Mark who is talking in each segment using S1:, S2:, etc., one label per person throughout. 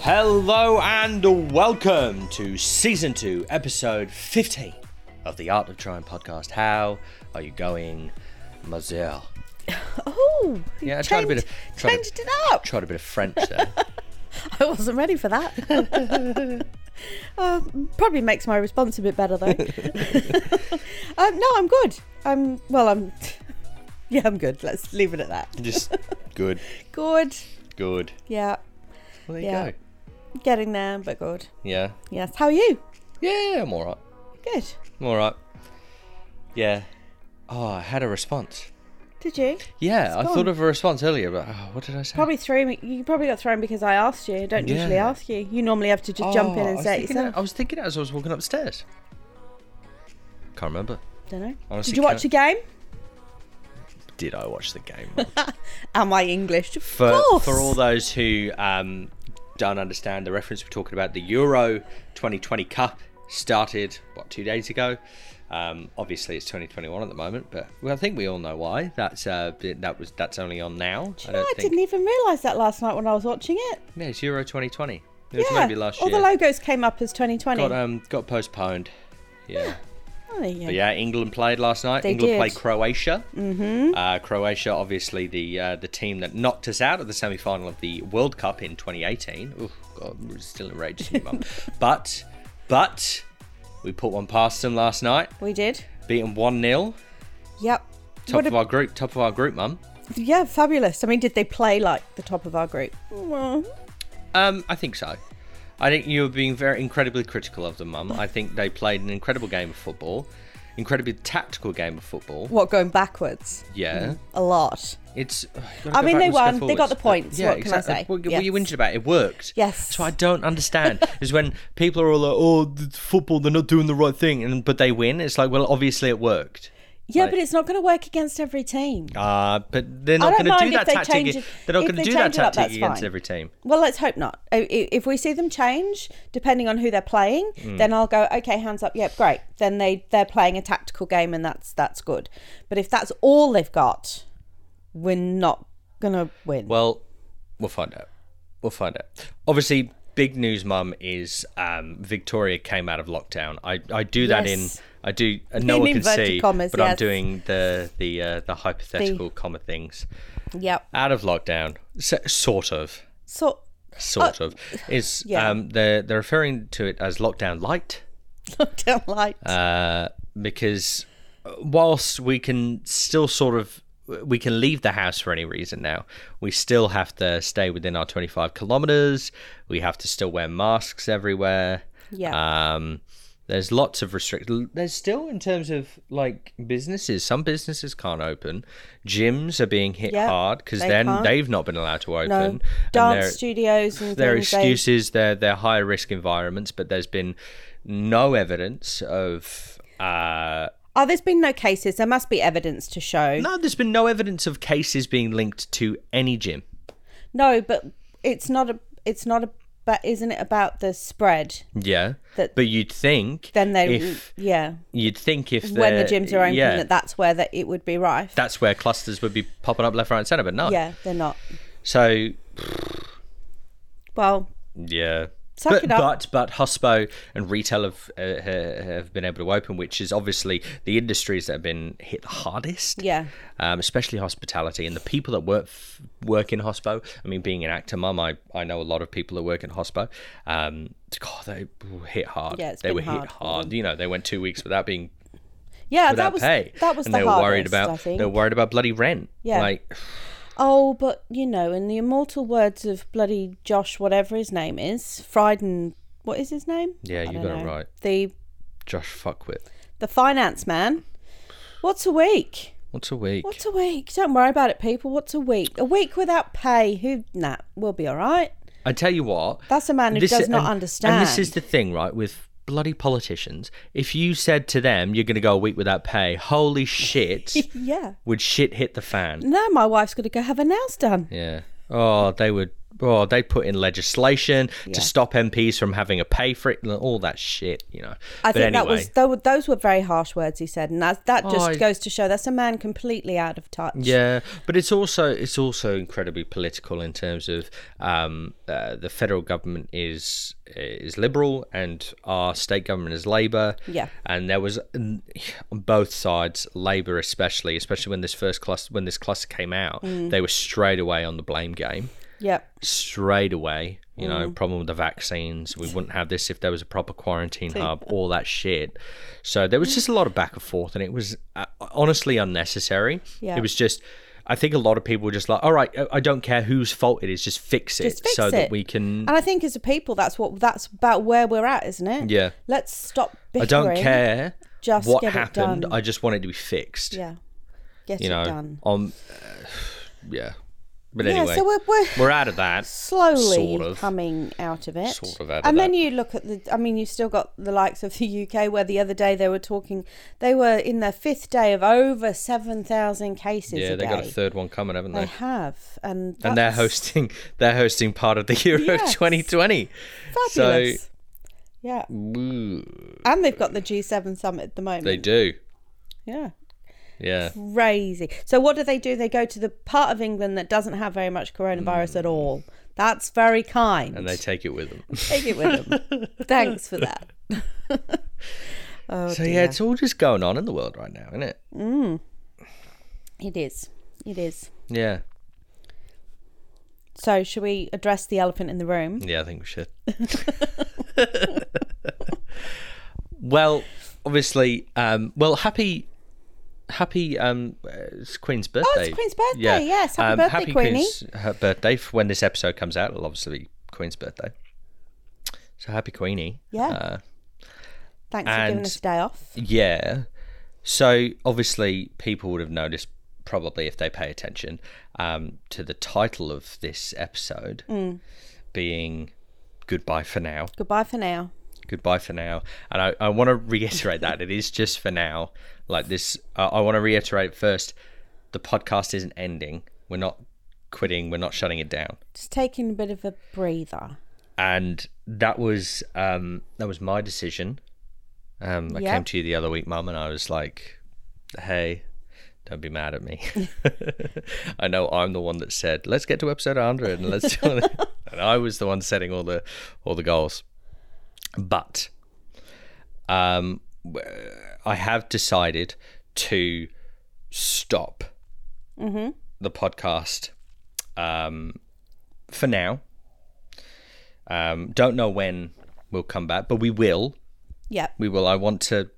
S1: Hello and welcome to season two, episode 15 of the Art of Trying podcast. How are you going, Mazel?
S2: Oh, you
S1: Yeah, I
S2: changed,
S1: tried a bit of- tried a-
S2: changed it up.
S1: Tried a bit of French there.
S2: I wasn't ready for that. uh, probably makes my response a bit better though. um, no, I'm good. I'm well. I'm yeah, I'm good. Let's leave it at that.
S1: Just good,
S2: Good.
S1: good.
S2: Yeah,
S1: Well, there you
S2: Yeah.
S1: go.
S2: getting there, but good.
S1: Yeah.
S2: Yes. How are you?
S1: Yeah, I'm all right.
S2: Good.
S1: I'm all right. Yeah. Oh, I had a response.
S2: Did you?
S1: Yeah, I thought
S2: gone.
S1: of a response earlier, but oh, what did I say?
S2: Probably threw me. You probably got thrown because I asked you. I don't usually
S1: Yeah.
S2: ask you. You normally have to just jump in
S1: Oh, I
S2: and
S1: was
S2: say it
S1: thinking that-
S2: yourself.
S1: I was thinking that as I was walking upstairs. Can't remember.
S2: don't know.
S1: honestly
S2: Did you watch
S1: can't-
S2: the game?
S1: Did I watch the game?
S2: Am I English? Of
S1: for
S2: course.
S1: for all those who um, don't understand the reference we're talking about the euro 2020 cup started what two days ago um, obviously it's 2021 at the moment but well, i think we all know why that's uh, that was that's only on now i
S2: No,
S1: don't
S2: I
S1: think
S2: didn't even realise that last night when I was watching it.
S1: yeah it's euro 2020 it was
S2: yeah.
S1: maybe last
S2: All
S1: year
S2: the logos came up as 2020.
S1: got um got postponed yeah
S2: oh, there you go.
S1: But yeah, England played last night.
S2: They
S1: England
S2: did.
S1: played Croatia. Mm-hmm. Uh, Croatia, obviously the uh, the team that knocked us out of the semi final of the World Cup in 2018. Oh God, we're still enraged, me, mum. But but we put one past them last night.
S2: We did.
S1: Beaten one 0
S2: Yep.
S1: Top
S2: What
S1: of
S2: a,
S1: our group. Top of our group, mum.
S2: yeah, fabulous. I mean, did they play like the top of our group? Well,
S1: Um, I think so. I think you were being very incredibly critical of them, mum. I think they played an incredible game of football, incredibly tactical game of football.
S2: What, going backwards?
S1: Yeah.
S2: A lot.
S1: It's.
S2: I mean, they won. They got the points. What can I say?
S1: What,
S2: Yes.
S1: you whinged about? It worked.
S2: Yes.
S1: So I don't understand is when people are all like, "Oh, the football, they're not doing the right thing," and but they win. It's like, well, obviously it worked.
S2: Yeah, but it's not going to work against every team.
S1: Uh, but they're
S2: I
S1: not
S2: don't
S1: going to do
S2: mind if
S1: that
S2: they
S1: tactic.
S2: change it-
S1: They're not
S2: if
S1: going to
S2: they
S1: do that
S2: change it up,
S1: tactic
S2: that's
S1: against
S2: fine.
S1: every team.
S2: Well, let's hope not. I- i- If we see them change, depending on who they're playing,
S1: Mm.
S2: then I'll go, okay, hands up. Yep, great. Then they they're playing a tactical game, and that's that's good. But if that's all they've got, we're not gonna win.
S1: Well, we'll find out. We'll find out. Obviously, big news, mum, is um, Victoria came out of lockdown. I, I do that
S2: Yes.
S1: in. I do. And no one can
S2: inverted
S1: see,
S2: commas,
S1: but I'm
S2: yes.
S1: doing the the uh, the hypothetical comma things.
S2: yep.
S1: out of lockdown, so, sort of,
S2: So
S1: sort of, is
S2: yeah.
S1: um, they're they're referring to it as lockdown light
S2: lockdown light.
S1: uh, because whilst we can still sort of we can leave the house for any reason now, we still have to stay within our twenty five kilometers. We have to still wear masks everywhere.
S2: yeah.
S1: Um, there's lots of restrictions. There's still, in terms of like businesses, some businesses can't open. Gyms are being hit
S2: Yeah,
S1: hard because
S2: they
S1: then
S2: can't.
S1: they've not been allowed to open.
S2: no
S1: and
S2: dance
S1: their,
S2: studios and
S1: their
S2: things, they-
S1: excuses, their their high risk environments, but there's been no evidence of. Uh,
S2: Oh, there's been no cases. There must be evidence to show. No,
S1: no, there's been no evidence of cases being linked to any gym.
S2: but it's not a. It's not a. But isn't it about the spread?
S1: Yeah,
S2: That-
S1: but you'd think
S2: Then they.
S1: if
S2: yeah.
S1: you'd think if
S2: When the
S1: they're-
S2: gyms are open,
S1: yeah,
S2: that that's where that it would be rife.
S1: that's where clusters would be popping up left, right, and centre. But no,
S2: yeah, they're not.
S1: So
S2: Well,
S1: yeah,
S2: Suck
S1: but,
S2: it up.
S1: but but Hospo and retail have uh, ha- have been able to open, which is obviously the industries that have been hit the hardest.
S2: yeah.
S1: Um, especially hospitality and the people that work f- work in hospo. I mean, being an actor mum, I, I know a lot of people that work in hospo. Um, God, they were hit hard.
S2: Yeah, it's
S1: they
S2: been
S1: were hit
S2: hard for
S1: hard. You know, they went two weeks without being
S2: Yeah,
S1: without
S2: that was
S1: pay,
S2: that was
S1: and
S2: the
S1: they were
S2: hardest.
S1: worried about
S2: I think.
S1: they were worried about bloody rent.
S2: Yeah.
S1: like
S2: Oh, but you know, in the immortal words of bloody Josh, whatever his name is, Frieden. What is his name?
S1: Yeah,
S2: I
S1: you
S2: don't
S1: got it
S2: know.
S1: right.
S2: The
S1: Josh Fuckwit.
S2: the finance man. What's a week?
S1: What's a week?
S2: What's a week? Don't worry about it, people. What's a week? A week without pay? Who? Nah, we'll be all right.
S1: I tell you what.
S2: That's a man who does not
S1: and-
S2: understand.
S1: And this is the thing, right, with bloody politicians. If you said to them, you're going to go a week without pay, holy shit,
S2: yeah.
S1: would shit hit the fan.
S2: No, my wife's got to go have her nails done.
S1: Yeah. Oh, they would Oh, they put in legislation to stop MPs from having a pay for it, and all that shit, you know. but
S2: I think
S1: anyway,
S2: that was tho- those were very harsh words he said, and that that just
S1: I-
S2: goes to show that's a man completely out of touch.
S1: Yeah, but it's also it's also incredibly political in terms of um, uh, the federal government is is liberal and our state government is Labour.
S2: Yeah.
S1: and there was on both sides, Labour especially, especially when this first cluster when this cluster came out, they were straight away on the blame game
S2: Yep.
S1: straight away. You know,
S2: Mm.
S1: problem with the vaccines. We wouldn't have this if there was a proper quarantine hub, all that shit. So there was just a lot of back and forth, and it was uh, honestly unnecessary.
S2: Yeah.
S1: It was just, I think a lot of people were just like, all right, I- I don't care whose fault it is, just fix it
S2: Just fix
S1: so that
S2: it.
S1: we can.
S2: And I think as a people, that's what that's about where we're at, isn't it?
S1: Yeah.
S2: Let's stop.
S1: I
S2: Bickering.
S1: don't care
S2: Just
S1: what
S2: get it
S1: happened.
S2: done.
S1: I just want it to be fixed.
S2: Yeah. Get
S1: You
S2: it
S1: know,
S2: done.
S1: on. yeah. But anyway,
S2: yeah. So we're, we're
S1: we're out of that.
S2: slowly
S1: sort of.
S2: coming out of it.
S1: Sort of out of
S2: and
S1: that.
S2: then you look at the. I mean, you've still got the likes of the UK, where the other day they were talking. They were in their fifth day of over seven thousand cases.
S1: Yeah,
S2: a
S1: they
S2: day.
S1: got a third one coming, haven't
S2: They
S1: they?
S2: have, and
S1: and they're
S2: that's
S1: hosting they're hosting part of the Euro
S2: Yes.
S1: 2020.
S2: fabulous. yeah,
S1: Ooh,
S2: and they've got the G7 summit at the moment.
S1: they do.
S2: yeah,
S1: Yeah.
S2: crazy. So what do they do? They go to the part of England that doesn't have very much coronavirus at all. That's very kind.
S1: Mm. And they take it with them.
S2: Take it with them. Thanks for that. Oh,
S1: so yeah, it's all just going on in the world right now, isn't it?
S2: It is. It is.
S1: Yeah.
S2: So should we address the elephant in the room?
S1: Yeah, I think we should. well, obviously, um well, happy happy um uh, it's Queen's birthday. Um,
S2: Queen's Oh, birthday, yes. Happy birthday,
S1: happy
S2: Queenie.
S1: Queen's her birthday for when this episode comes out, it'll obviously be Queen's birthday. So happy Queenie.
S2: Yeah.
S1: Uh,
S2: Thanks for
S1: And-
S2: giving us a day off.
S1: Yeah. So obviously, people would have noticed probably if they pay attention um, to the title of this episode being "Goodbye for Now."
S2: Goodbye for now.
S1: Goodbye for now, and I, I want to reiterate that it is just for now. Like this, I I want to reiterate first: the podcast isn't ending. We're not quitting. We're not shutting it down.
S2: Just taking a bit of a breather.
S1: and that was um that was my decision um i
S2: Yeah.
S1: came to you the other week mum and i was like hey don't be mad at me i know i'm the one that said let's get to episode 100 and let's do it and i was the one setting all the all the goals but um w- i have decided to stop the podcast um for now um, don't know when we'll come back, but we will.
S2: Yep.
S1: We will. I want to.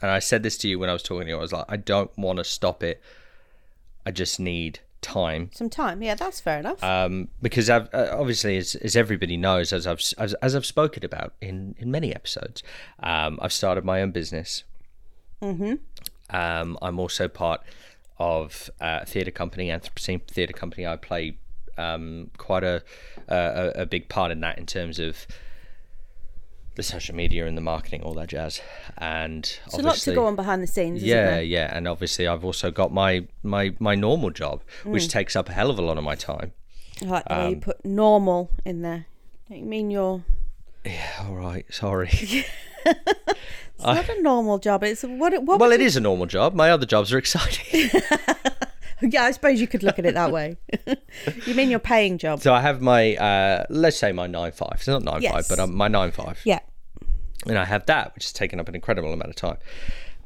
S1: And I said this to you when I was talking to you. I was like, I don't want to stop it. I just need time
S2: Some time. Yeah, that's fair enough.
S1: um, because I've uh, obviously, as, as everybody knows, as I've s- as, as I've spoken about in in many episodes, um, I've started my own business. Mm-hmm. Um, I'm also part of uh, a theatre company, Anthropocene Theatre Company. I play um, quite a, a a big part in that in terms of the social media and the marketing, all that jazz. And
S2: so lots to go on behind the scenes, isn't
S1: yeah,
S2: there?
S1: yeah, and obviously I've also got my my my normal job,
S2: Mm.
S1: which takes up a hell of a lot of my time.
S2: I like the way
S1: Um,
S2: you put normal in there. Don't you mean you're
S1: All right, sorry.
S2: it's not a normal job. It's what what
S1: well, it is a normal job. My other jobs are exciting.
S2: Yeah, I suppose you could look at it that way. you mean your paying job?
S1: so I have my uh, let's say my nine five. It's not nine five,
S2: Yes.
S1: but um, my nine five,
S2: Yeah.
S1: and I have that, which has taken up an incredible amount of time,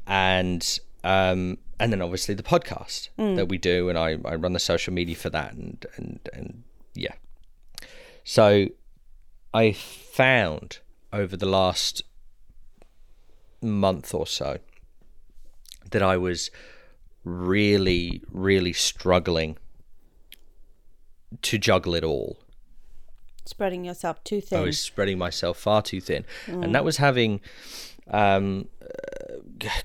S1: and um, and then obviously the podcast that we do, and I, I run the social media for that, and and and yeah. So I found over the last month or so that I was really, really struggling to juggle it all.
S2: Spreading yourself too
S1: I
S2: thin.
S1: was spreading myself far too thin, and that was having um, uh,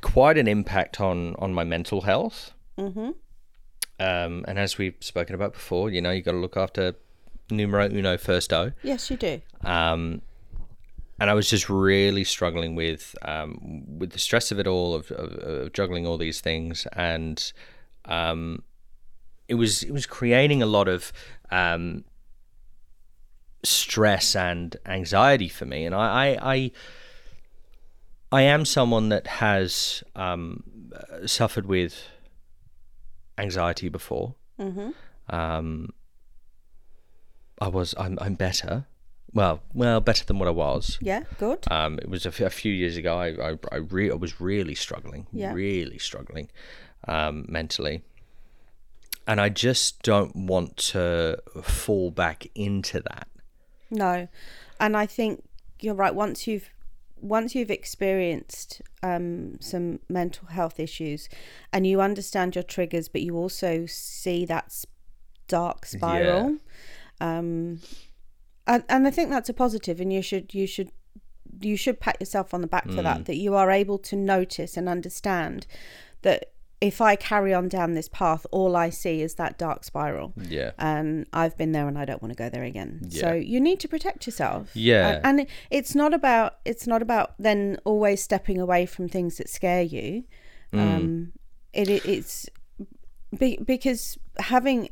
S1: quite an impact on on my mental health. Mm-hmm. Um, and as we've spoken about before, you know, you got to look after numero uno first o.
S2: Yes, you do.
S1: and I was just really struggling with um, with the stress of it all, of, of, of juggling all these things, and um, it was it was creating a lot of um, stress and anxiety for me. And I, I, I, I am someone that has um, uh, suffered with anxiety before. Um, I was. I'm. I'm better. Well, well, better than what I was.
S2: Yeah, good.
S1: Um, it was a, f- a few years ago. I I, I, re- I was really struggling,
S2: Yeah.
S1: really struggling um, mentally, and I just don't want to fall back into that.
S2: No, and I think you're right. Once you've once you've experienced um, some mental health issues, and you understand your triggers, but you also see that s- dark spiral. Um, and and I think that's a positive, and you should you should you should pat yourself on the back for that. That you are able to notice and understand that if I carry on down this path, all I see is that dark spiral
S1: Yeah.
S2: and Um, I've been there and I don't want to go there again.
S1: Yeah.
S2: So you need to protect yourself.
S1: Yeah.
S2: Uh, And, and it's not about it's not about then always stepping away from things that scare you.
S1: Mm.
S2: Um it, it it's be, because having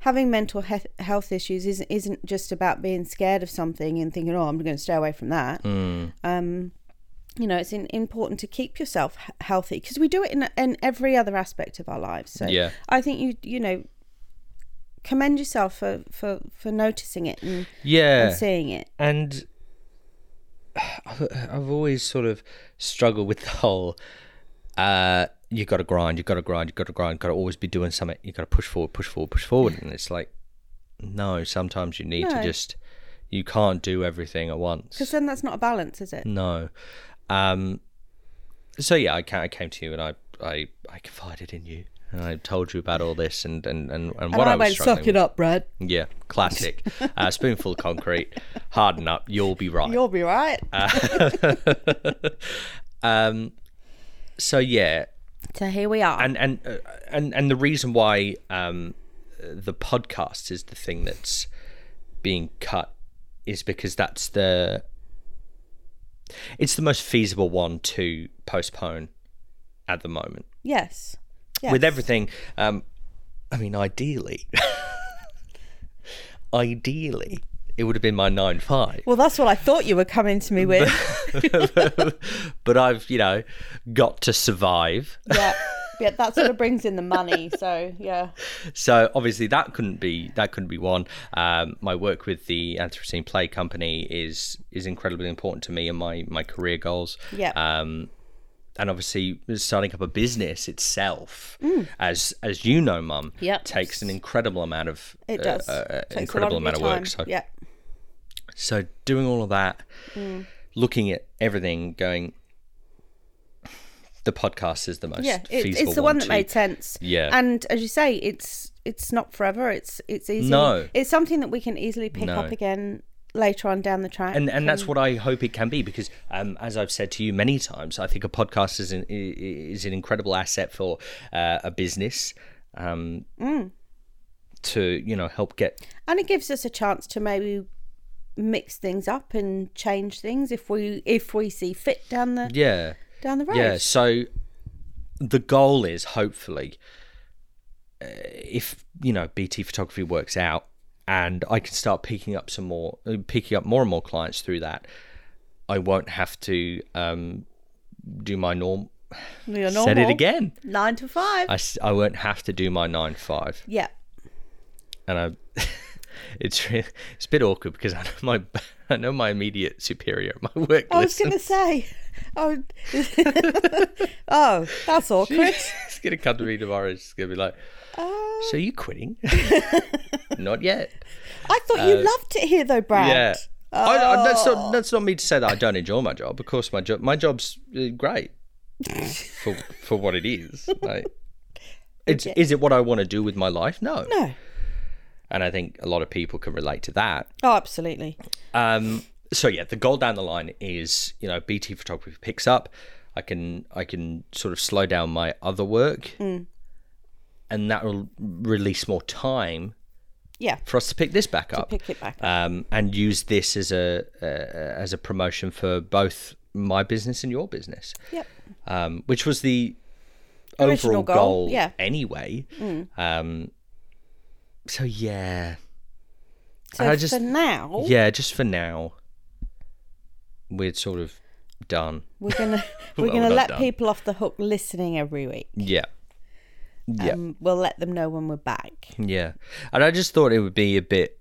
S2: having mental he- health issues isn't isn't just about being scared of something and thinking oh I'm going to stay away from that.
S1: Mm.
S2: Um you know, it's in, important to keep yourself he- healthy because we do it in, in every other aspect of our lives. So
S1: Yeah.
S2: I think you you know commend yourself for for for noticing it and,
S1: Yeah.
S2: and seeing it.
S1: and I've always sort of struggled with the whole uh, you got to grind, you got to grind, you got to grind, got to always be doing something. You got to push forward, push forward, push forward, and it's like no. Sometimes you need
S2: No.
S1: to just you can't do everything at
S2: Because
S1: once.
S2: then that's not a balance, is it?
S1: No. Um. So yeah, I ca- I came to you and I I I confided in you. And I told you about all this and and and, and what I, was struggling with.
S2: up, Brad.
S1: Yeah, classic. uh, spoonful of concrete, harden up. You'll be right.
S2: You'll be right.
S1: uh, so yeah,
S2: so here we are.
S1: and and uh, and and the reason why um, the podcast is the thing that's being cut is because that's the it's the most feasible one to postpone at the moment
S2: yes. yes.
S1: with everything. Um, I mean, ideally, ideally, it would have been my nine five.
S2: Well, that's what I thought you were coming to me with.
S1: but I've you know got to survive.
S2: yeah. Yeah, that sort of brings in the money. So, yeah.
S1: So obviously that couldn't be that couldn't be one. Um, my work with the Anthropocene Play Company is is incredibly important to me and my my career goals.
S2: Yeah.
S1: Um, and obviously starting up a business itself, as as you know, Mum,
S2: Mm. Yep.
S1: takes an incredible amount of
S2: It does.
S1: uh, uh,
S2: Takes a lot
S1: incredible
S2: your
S1: amount of work. So
S2: time. Yeah.
S1: so doing all of that,
S2: Mm.
S1: looking at everything, going. The podcast is the most
S2: Yeah. It,
S1: feasible
S2: it's the one,
S1: to-
S2: that made sense.
S1: Yeah.
S2: And as you say, it's it's not forever. It's it's easy.
S1: No.
S2: It's something that we can easily pick
S1: No.
S2: up again later on down the track.
S1: and and
S2: Mm.
S1: that's what I hope it can be because um, as I've said to you many times, I think a podcast is an i- i- is an incredible asset for uh, a business. Um,
S2: Mm.
S1: To you know, help get
S2: and it gives us a chance to maybe mix things up and change things if we if we see fit down the
S1: yeah
S2: down the road.
S1: yeah. So the goal is hopefully, uh, if you know BT photography works out, and I can start picking up some more, uh, picking up more and more clients through that, I won't have to um, do my norm.
S2: Your
S1: Said it
S2: normal
S1: again.
S2: Nine to five.
S1: I, s- I won't have to do my nine five,
S2: yeah.
S1: and I, it's re- it's a bit awkward because I know my I know my immediate superior at my work.
S2: I was
S1: listens.
S2: going to say, oh, oh, that's awkward.
S1: He's gonna come to me tomorrow. She's gonna be like, "So you quitting? Not yet.
S2: I thought you loved it here, though, Brad.
S1: Yeah. I, I, that's not that's not me to say that I don't enjoy my job. Of course, my job my job's uh, great for for what it is. Like, it's is it what I want to do with my life? No.
S2: No.
S1: And I think a lot of people can relate to that.
S2: Oh, absolutely.
S1: Um, so yeah, the goal down the line is you know BT photography picks up. I can I can sort of slow down my other work,
S2: Mm.
S1: and that will release more time
S2: Yeah.
S1: for us to pick this back up,
S2: Pick it back.
S1: um, and use this as a uh, as a promotion for both my business and your business,
S2: Yep.
S1: um, which was the
S2: Original
S1: overall
S2: goal,
S1: goal,
S2: yeah. Mm.
S1: anyway. Um, so yeah,
S2: So
S1: I just-
S2: for now,
S1: Yeah, just for now, we're sort of done.
S2: we're gonna we're
S1: Well,
S2: gonna
S1: not
S2: let
S1: done.
S2: people off the hook listening every week.
S1: Yeah. Yeah.
S2: Um, we'll let them know when we're back.
S1: Yeah, and I just thought it would be a bit.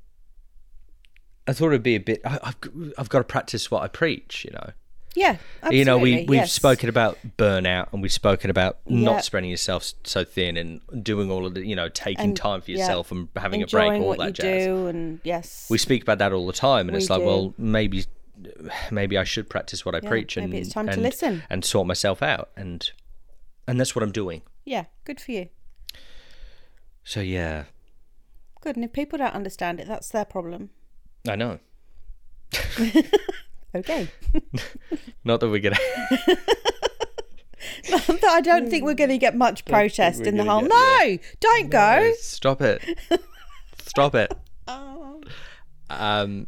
S1: I thought it'd be a bit. I, I've I've got to practice what I preach, you know.
S2: Yeah, absolutely.
S1: you know, we we've
S2: yes.
S1: spoken about burnout, and we've spoken about
S2: Yeah.
S1: not spreading yourself s- so thin, and doing all of the, you know, taking
S2: And-
S1: time for
S2: yeah.
S1: yourself and having a break,
S2: enjoying
S1: all
S2: what
S1: that
S2: you
S1: jazz.
S2: do, and yes,
S1: We speak about that all the time, and
S2: We
S1: it's like,
S2: do.
S1: well, maybe maybe I should practice what I preach, and
S2: maybe it's time to
S1: and,
S2: listen.
S1: and sort myself out, and and that's what I'm doing.
S2: yeah, good for you.
S1: So yeah,
S2: Good, and if people don't understand it, that's their problem.
S1: I know.
S2: Okay,
S1: Not that we're gonna.
S2: But I don't think we're going to get much protest in the
S1: we're
S2: whole.
S1: gonna
S2: no, don't go.
S1: Stop it. Stop it.
S2: Oh.
S1: Um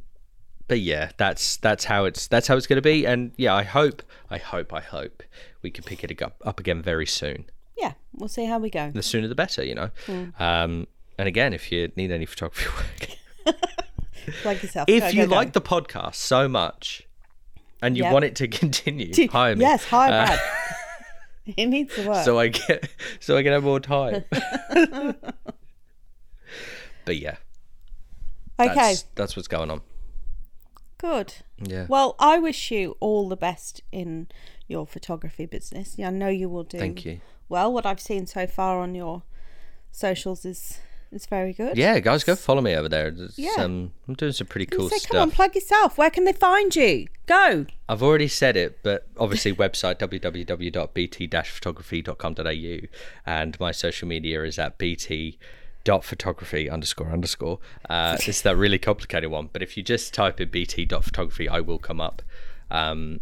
S1: but yeah, that's that's how it's that's how it's going to be and yeah, I hope I hope I hope we can pick it up, up again very soon.
S2: Yeah, we'll see how we go.
S1: The sooner the better, you know.
S2: Hmm.
S1: Um and again, if you need any photography work,
S2: Plug yourself.
S1: if
S2: Go,
S1: you
S2: go, go.
S1: like the podcast so much and you
S2: Yep.
S1: want it to continue,
S2: Dude,
S1: hire me.
S2: Yes, hire
S1: Uh,
S2: Brad. he needs the work.
S1: so I get so I can have more time. but yeah,
S2: okay,
S1: that's, that's what's going on.
S2: good.
S1: Yeah.
S2: Well, I wish you all the best in your photography business. Yeah, I know you will do.
S1: Thank you.
S2: Well, what I've seen so far on your socials is is very good.
S1: Yeah, guys, go follow me over there. It's,
S2: Yeah.
S1: um, I'm doing some pretty cool
S2: So come on,
S1: stuff.
S2: plug yourself. Where can they find you? Go.
S1: I've already said it, but obviously website www.bt-photography.com.au and my social media is at bt dot photography underscore underscore uh, it's that really complicated one but if you just type in bt dot photography i will come up um,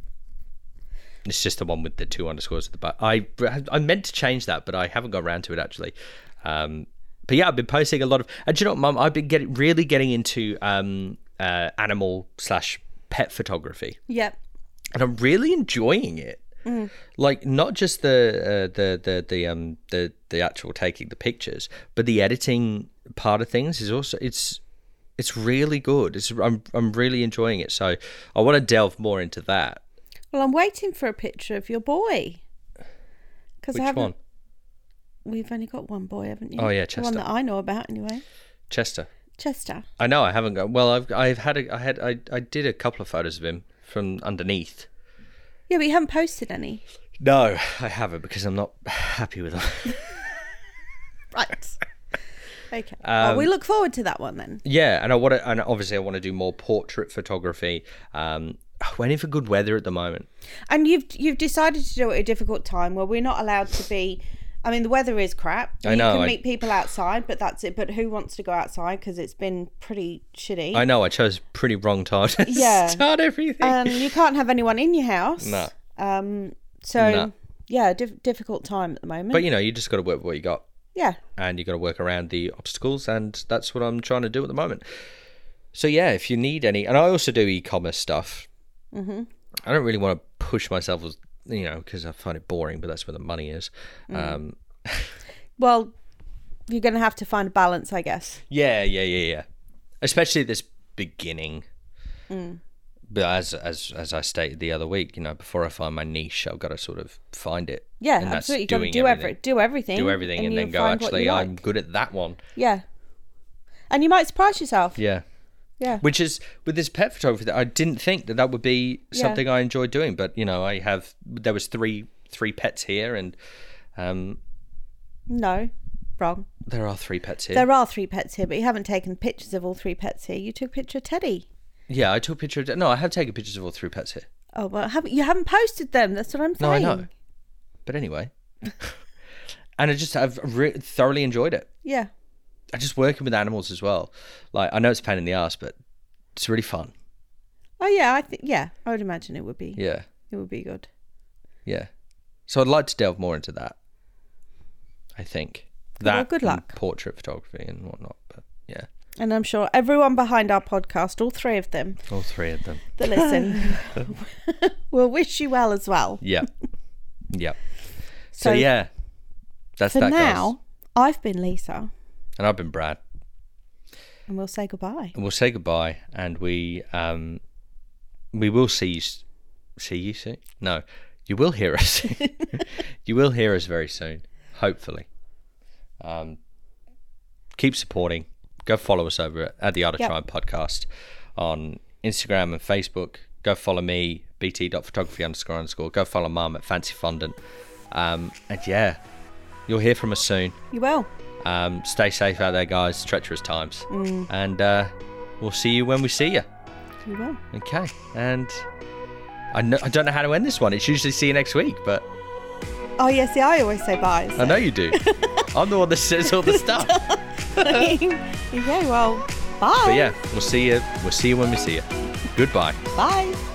S1: it's just the one with the two underscores at the back i i meant to change that but i haven't got around to it actually um, but yeah i've been posting a lot of and do you know what mum i've been getting really getting into um, uh, animal slash pet photography
S2: Yep.
S1: and I'm really enjoying it. Like not just the uh, the the the um the the actual taking the pictures, but the editing part of things is also it's it's really good. It's I'm I'm really enjoying it. So I want to delve more into that.
S2: Well, I'm waiting for a picture of your boy. Because
S1: Which
S2: I haven't.
S1: one?
S2: We've only got one boy, haven't you?
S1: Oh, yeah,
S2: The one
S1: Chester.
S2: that I know about anyway.
S1: Chester.
S2: Chester.
S1: I know I haven't got well. I've I've had a, I had I I did a couple of photos of him from underneath.
S2: Yeah, but you haven't posted any.
S1: No, I haven't because I'm not happy with them.
S2: Right. okay.
S1: Um,
S2: well, we look forward to that one then.
S1: Yeah, and I want to, and obviously I want to do more portrait photography. Um, waiting for good weather at the moment.
S2: And you've you've decided to do it at a difficult time where we're not allowed to be. I mean, the weather is crap.
S1: I
S2: you
S1: know,
S2: can
S1: I-
S2: meet people outside, but that's it. But who wants to go outside because it's been pretty shitty?
S1: I know I chose pretty wrong time to
S2: Yeah. Uh,
S1: start everything.
S2: and you can't have anyone in your house.
S1: No.
S2: Um. So
S1: No.
S2: yeah, diff- difficult time at the moment.
S1: but you know, you just got to work with what you got,
S2: yeah,
S1: and you got to work around the obstacles, and that's what I'm trying to do at the moment. So yeah, if you need any, and I also do e-commerce stuff. Mm-hmm. I don't really want to push myself, as you know, because I find it boring. But that's where the money is. Um,
S2: well, you're going to have to find a balance, I guess.
S1: Yeah, yeah, yeah, yeah. Especially this beginning.
S2: Mm.
S1: But as as as I stated the other week, you know, before I find my niche, I've got to sort of find it.
S2: Yeah,
S1: And that's
S2: absolutely. You've got to
S1: doing
S2: do every,
S1: everything.
S2: do everything,
S1: Do everything and,
S2: you'll
S1: then go.
S2: find what
S1: Actually,
S2: you
S1: I'm
S2: like.
S1: good at that one.
S2: yeah, and you might surprise yourself.
S1: Yeah.
S2: Yeah,
S1: Which is with this pet photography, I didn't think that that would be
S2: Yeah.
S1: something I enjoy doing. But you know, I have there was three three pets here, and um,
S2: no, wrong.
S1: there are three pets here.
S2: There are three pets here, but you haven't taken pictures of all three pets here. You took a picture of Teddy.
S1: yeah, I took a picture of. No, I have taken pictures of all three pets here.
S2: Oh well, haven't you haven't posted them? That's what I'm
S1: No, I
S2: saying.
S1: know. But anyway, and I just I've re- thoroughly enjoyed it.
S2: Yeah,
S1: I just working with animals as well. Like I know it's a pain in the ass, but it's really fun.
S2: Oh yeah, I think yeah, I would imagine it would be.
S1: Yeah,
S2: It would be good.
S1: yeah. So I'd like to delve more into that. I think that
S2: well, good
S1: and
S2: luck.
S1: portrait photography and whatnot. But yeah,
S2: And I'm sure everyone behind our podcast, all three of them
S1: all three of them.
S2: that listen, will wish you well as well.
S1: Yeah, yeah.
S2: So,
S1: So, yeah, that's
S2: for
S1: that. guys.
S2: now, I've been Lisa.
S1: and I've been Brad.
S2: and we'll say goodbye.
S1: and we'll say goodbye and we um we will see you s- see you soon no you will hear us you will hear us very soon hopefully um keep supporting go follow us over at, at the art of
S2: Yep.
S1: tribe podcast on instagram and facebook go follow me bt.photography underscore underscore go follow mum at fancy fondant um and yeah you'll hear from us soon
S2: You will.
S1: um, stay safe out there, guys. Treacherous times. And uh, we'll see you when we see you.
S2: You will.
S1: Okay. And I, know, I don't know how to end this one. It's usually see you next week, but
S2: Oh yeah, see, I always say bye.
S1: I know you do. I'm the one that says all the stuff.
S2: yeah, well, bye.
S1: But yeah, we'll see you. We'll see you when we see you. Goodbye.
S2: Bye.